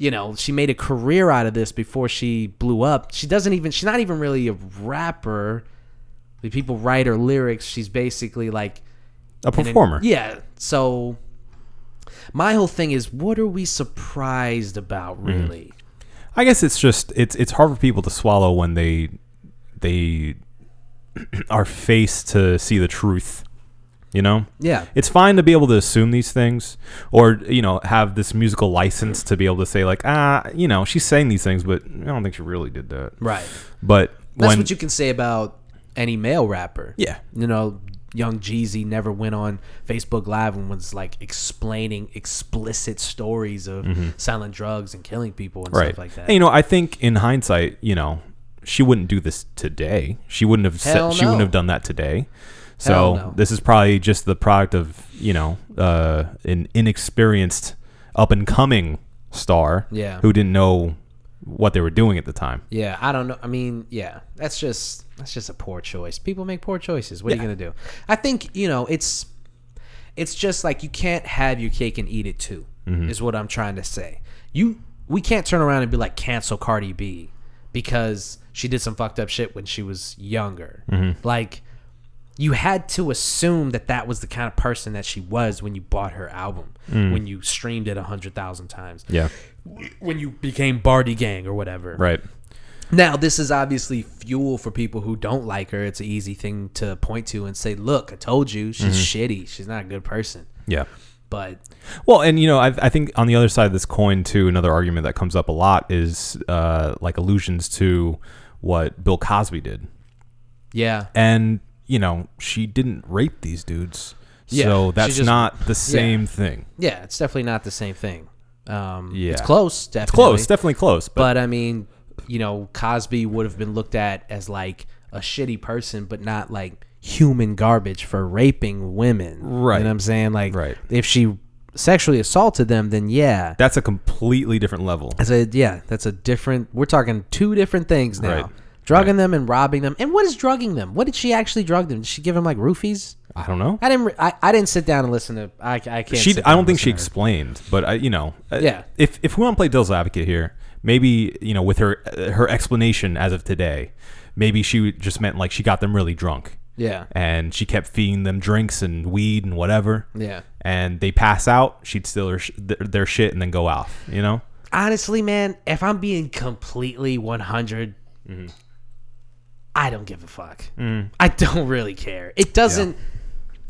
S1: you know, she made a career out of this before she blew up. She doesn't even she's not even really a rapper. The people write her lyrics, she's basically like
S4: A performer.
S1: yeah. So my whole thing is what are we surprised about really?
S4: I guess it's just it's it's hard for people to swallow when they they are faced to see the truth. You know?
S1: Yeah.
S4: It's fine to be able to assume these things or, you know, have this musical license to be able to say like, ah, you know, she's saying these things, but I don't think she really did that.
S1: Right.
S4: But
S1: That's
S4: when
S1: what you can say about any male rapper.
S4: Yeah.
S1: You know, Young Jeezy never went on Facebook Live and was like explaining explicit stories of selling drugs and killing people and
S4: Mm-hmm. right.
S1: stuff like that.
S4: And, you know, I think in hindsight, you know, she wouldn't do this today. She wouldn't have said,
S1: Hell
S4: she wouldn't
S1: no.
S4: have done that today.
S1: Hell
S4: So
S1: no.
S4: this is probably just the product of you know uh, an inexperienced up and coming star
S1: Yeah.
S4: who didn't know what they were doing at the time.
S1: yeah, I don't know. I mean, yeah, that's just that's just a poor choice. People make poor choices. What are you gonna do? I think you know it's it's just like you can't have your cake and eat it too. Is what I'm trying to say. You we can't turn around and be like cancel Cardi B because she did some fucked up shit when she was younger. Like you had to assume that that was the kind of person that she was when you bought her album, when you streamed it a hundred thousand times,
S4: Yeah,
S1: when you became Barty Gang or whatever.
S4: right.
S1: Now, this is obviously fuel for people who don't like her. It's an easy thing to point to and say, look, I told you, she's
S4: Mm-hmm.
S1: shitty. She's not a good person.
S4: Yeah.
S1: But
S4: Well, and you know, I, I think on the other side of this coin too, another argument that comes up a lot is uh, like allusions to what Bill Cosby did.
S1: yeah,
S4: and you know she didn't rape these dudes
S1: Yeah,
S4: so
S1: she
S4: that's
S1: just-
S4: not the same thing
S1: yeah, it's definitely not the same thing. Um,
S4: Yeah.
S1: It's close, definitely.
S4: close definitely close but,
S1: But I mean, you know, Cosby would have been looked at as like a shitty person, but not like human garbage for raping women.
S4: Right.
S1: You know what I'm saying? Like,
S4: Right.
S1: if she sexually assaulted them, then yeah.
S4: that's a completely different level
S1: That's a yeah. That's a different. We're talking two different things now.
S4: Right.
S1: Drugging them and robbing them. And what is drugging them? What did she actually drug them? Did she give them like roofies?
S4: i don't know
S1: I didn't. re- I, I didn't sit down and listen to. I, I can't.
S4: she
S1: sit
S4: i
S1: down
S4: don't
S1: and
S4: think she
S1: listen
S4: explained but i you know uh,
S1: Yeah.
S4: if if we want to play devil's advocate here maybe you know with her uh, her explanation as of today maybe she just meant like she got them really drunk
S1: to her. Yeah.
S4: and she kept feeding them drinks and weed and whatever
S1: Yeah.
S4: and they pass out she'd steal her sh- th- their shit and then go off you know
S1: Honestly, man, if I'm being completely 100,
S4: Mm-hmm.
S1: I don't give a fuck.
S4: Mm.
S1: I don't really care. It doesn't.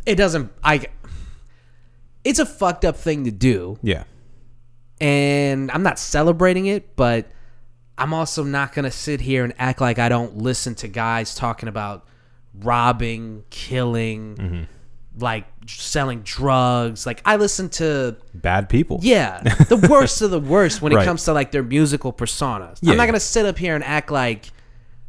S1: It doesn't. I. It's a fucked up thing to do.
S4: yeah
S1: and I'm not celebrating it, but I'm also not gonna sit here and act like I don't listen to guys talking about robbing, killing,
S4: Mm-hmm.
S1: like selling drugs. Like I listen to
S4: bad people
S1: yeah, the worst of the worst when it
S4: Right.
S1: comes to like their musical personas.
S4: Yeah,
S1: I'm not
S4: yeah.
S1: gonna sit up here and act like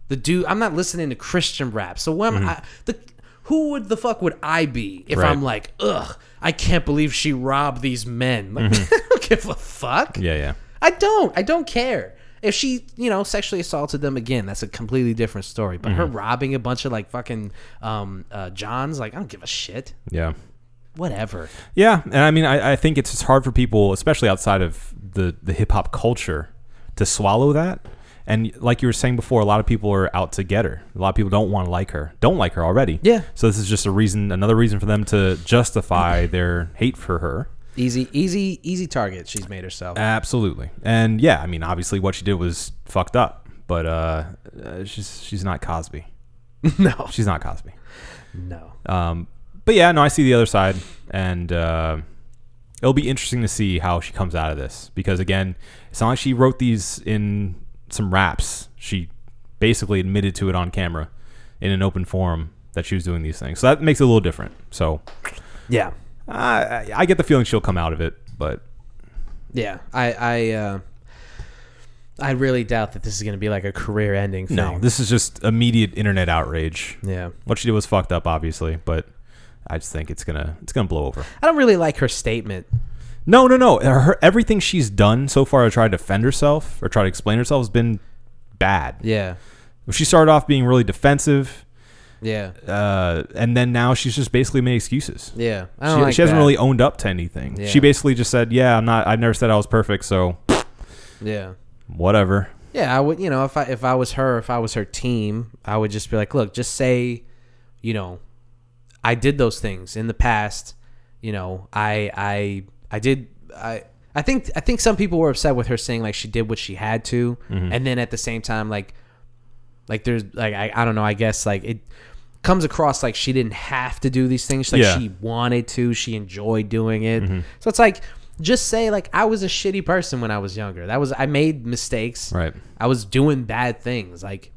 S1: the dude. I'm not listening to Christian rap. So when I the who would the fuck would I be if
S4: Mm-hmm. Right.
S1: I'm like ugh I can't believe she robbed these men. Like
S4: Mm-hmm.
S1: I don't give a fuck.
S4: yeah yeah
S1: I don't. I don't care. If she, you know, sexually assaulted them again, that's a completely different story.
S4: Mm-hmm.
S1: But her robbing a bunch of like fucking um, uh, Johns, like I don't give a shit.
S4: Yeah.
S1: whatever.
S4: Yeah, and I mean, I, I think it's just hard for people, especially outside of the the hip hop culture, to swallow that. And like you were saying before, a lot of people are out to get her. A lot of people don't want to like her, don't like her already.
S1: Yeah.
S4: So this is just a reason, another reason for them to justify their hate for her.
S1: Easy, easy, easy target she's made herself.
S4: Absolutely. And yeah, I mean, obviously, what she did was fucked up, but uh, uh, she's she's not Cosby.
S1: no,
S4: She's not Cosby.
S1: no.
S4: Um, but yeah, no, I see the other side, and uh, it'll be interesting to see how she comes out of this because again, it's not like she wrote these in some raps. She basically admitted to it on camera in an open forum that she was doing these things. So that makes it a little different. So
S1: yeah,
S4: uh, I, I get the feeling she'll come out of it, but
S1: yeah. I, I, uh, I really doubt that this is going to be like a career-ending thing.
S4: no, this is just immediate internet outrage.
S1: yeah.
S4: What she did was fucked up, obviously, but I just think it's gonna it's gonna blow over.
S1: I don't really like her statement.
S4: No, no, no. Her, everything she's done so far to try to defend herself or try to explain herself has been bad.
S1: Yeah,
S4: She started off being really defensive,
S1: yeah,
S4: uh, and then now she's just basically made excuses.
S1: yeah. I
S4: She,
S1: don't like
S4: she hasn't
S1: that.
S4: really owned up to anything.
S1: Yeah.
S4: She basically just said, "Yeah, I'm not. I never said I was perfect, so
S1: Yeah.
S4: whatever."
S1: Yeah, I would. You know, if I if I was her, if I was her team, I would just be like, look, just say, you know, I did those things in the past. You know, I I I did I. I think I think some people were upset with her saying like she did what she had to,
S4: Mm-hmm.
S1: and then at the same time like, like there's like I, I don't know I guess like it comes across like she didn't have to do these things like
S4: Yeah. Mm-hmm.
S1: she wanted to she enjoyed doing it so it's like just say like I was a shitty person when I was younger that was I made mistakes
S4: Right.
S1: I was doing bad things. Like,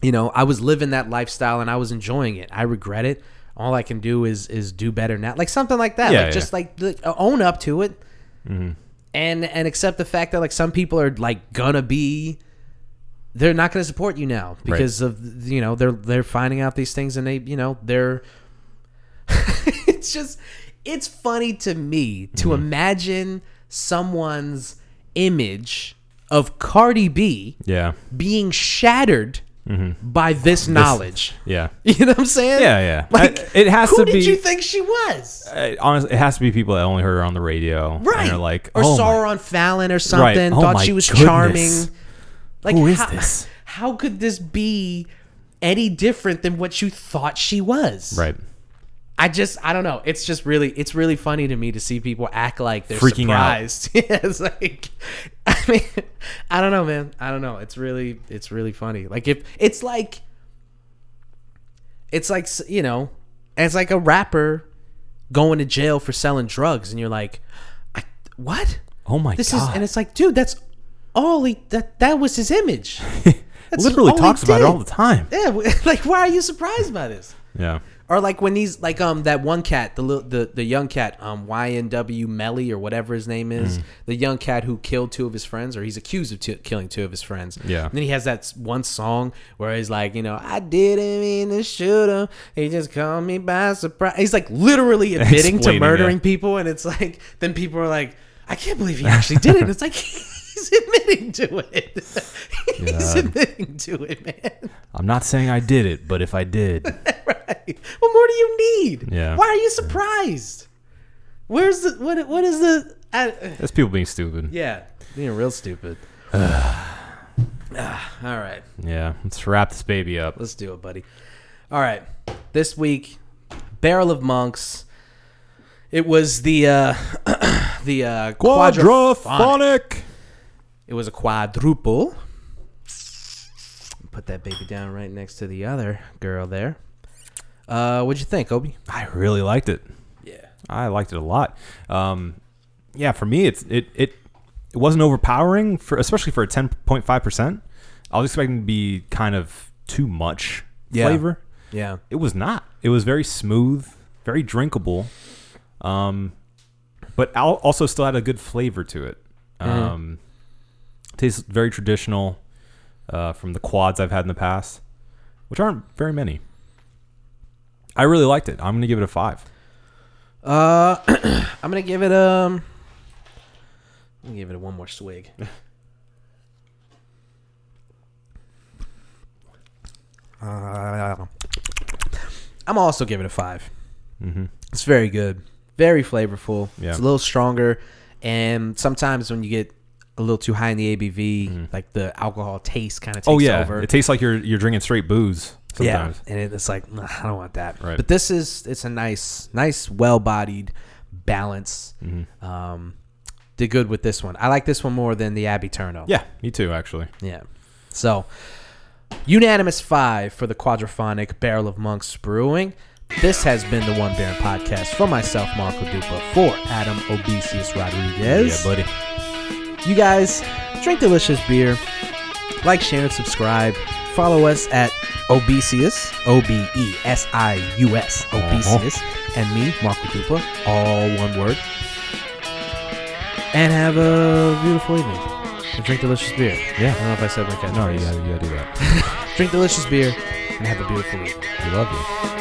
S1: you know, I was living that lifestyle and I was enjoying it. I regret it. All I can do is is do better now. Like something like that.
S4: Yeah, Mm-hmm.
S1: like
S4: yeah.
S1: just like like, own up to it. And and accept the fact that like some people are like gonna be they're not going to support you now because of you know they're they're finding out these things and they you know they're it's just it's funny to me to
S4: Mm-hmm.
S1: imagine someone's image of Cardi B
S4: Yeah,
S1: being shattered by this knowledge.
S4: yeah,
S1: you know what I'm saying?
S4: Yeah, yeah.
S1: Like
S4: I- it has
S1: who
S4: to
S1: did
S4: be-
S1: you think she was?
S4: Uh, honestly, it has to be people that only heard her on the radio,
S1: right.
S4: And are like,
S1: or
S4: "Oh
S1: saw
S4: my
S1: her on Fallon or something.
S4: Oh
S1: thought
S4: my
S1: she was
S4: goodness.
S1: charming. Like
S4: Who is
S1: how,
S4: this?
S1: How could this be any different than what you thought she was?
S4: Right.
S1: I just I don't know. It's just really it's really funny to me to see people act like they're
S4: Freaking out.
S1: surprised. yeah, it's like I mean I don't know, man. I don't know. It's really it's really funny. Like if it's like it's like s- you know, it's like a rapper going to jail for selling drugs, and you're like, I, what?
S4: Oh my
S1: This
S4: god.
S1: is and it's like, dude, that's all he that that was his image. That's
S4: literally
S1: all he
S4: talks about it
S1: did.
S4: all the time.
S1: Yeah, like why are you surprised by this?
S4: Yeah.
S1: Or like when these like um that one cat the little the, the young cat um YNW Melly or whatever his name is
S4: Mm-hmm.
S1: the young cat who killed two of his friends or he's accused of two, killing two of his friends
S4: Yeah.
S1: and then he has that s- one song where he's like you know I didn't mean to shoot him he just called me by surprise he's like literally admitting to
S4: Explaining,
S1: murdering
S4: yeah.
S1: people and it's like then people are like I can't believe he actually did it it's like he's admitting to it he's admitting to it man
S4: I'm not saying I did it, but if I did,
S1: right. What more do you need?
S4: Yeah.
S1: Why are you surprised? Where's the what? What is the? I,
S4: that's people being stupid.
S1: yeah, being real stupid. Ah, All right,
S4: Yeah, let's wrap this baby up.
S1: let's do it, buddy. All right, this week, Barrel of Monks. It was the uh, the uh, quadraphonic. It was a quadruple. Put that baby down right next to the other girl there. Uh, what'd you think, Obi?
S4: I really liked it.
S1: Yeah.
S4: I liked it a lot. Um, yeah, for me, it's it it it wasn't overpowering for especially for a 10.5 percent. I was expecting it to be kind of too much
S1: Yeah.
S4: flavor.
S1: Yeah.
S4: It was not. It was very smooth, very drinkable, um, but al- also still had a good flavor to it.
S1: Mm-hmm.
S4: Um, Tastes very traditional uh, from the quads I've had in the past, which aren't very many. I really liked it. I'm gonna give it a five.
S1: Uh, I'm gonna give it um. I'm gonna give it one more swig. Uh, I'm also giving it a 5 It's very good, very flavorful.
S4: Mm-hmm. Yeah.
S1: It's a little stronger, and sometimes when you get a little too high in the ABV, like the alcohol taste kind of takes
S4: Mm. Oh yeah,
S1: over.
S4: it tastes like you're you're drinking straight booze sometimes.
S1: Yeah, and it, it's like "Nah, I don't want that.
S4: Right.
S1: But this is it's a nice, nice, well-bodied balance.
S4: Mm-hmm.
S1: Um, did good with this one. I like this one more than the Abbey Turno.
S4: Yeah, me too actually.
S1: yeah. So unanimous five for the quadraphonic Barrel of Monks Brewing. This has been the One Baron podcast for myself, Marco Dupa, for Adam Obesius Rodriguez.
S4: Yeah, buddy.
S1: You guys, drink delicious beer. Like, share, and subscribe. Follow us at Obesius, O B E S I U S,
S4: Uh-huh.
S1: Obesius, and me, Marco Dupa, all one word. And have a beautiful evening. And drink delicious beer.
S4: Yeah.
S1: I don't know if I said my catchphrase.
S4: No, you gotta, you gotta do that.
S1: Drink delicious beer and have a beautiful evening.
S4: We love you.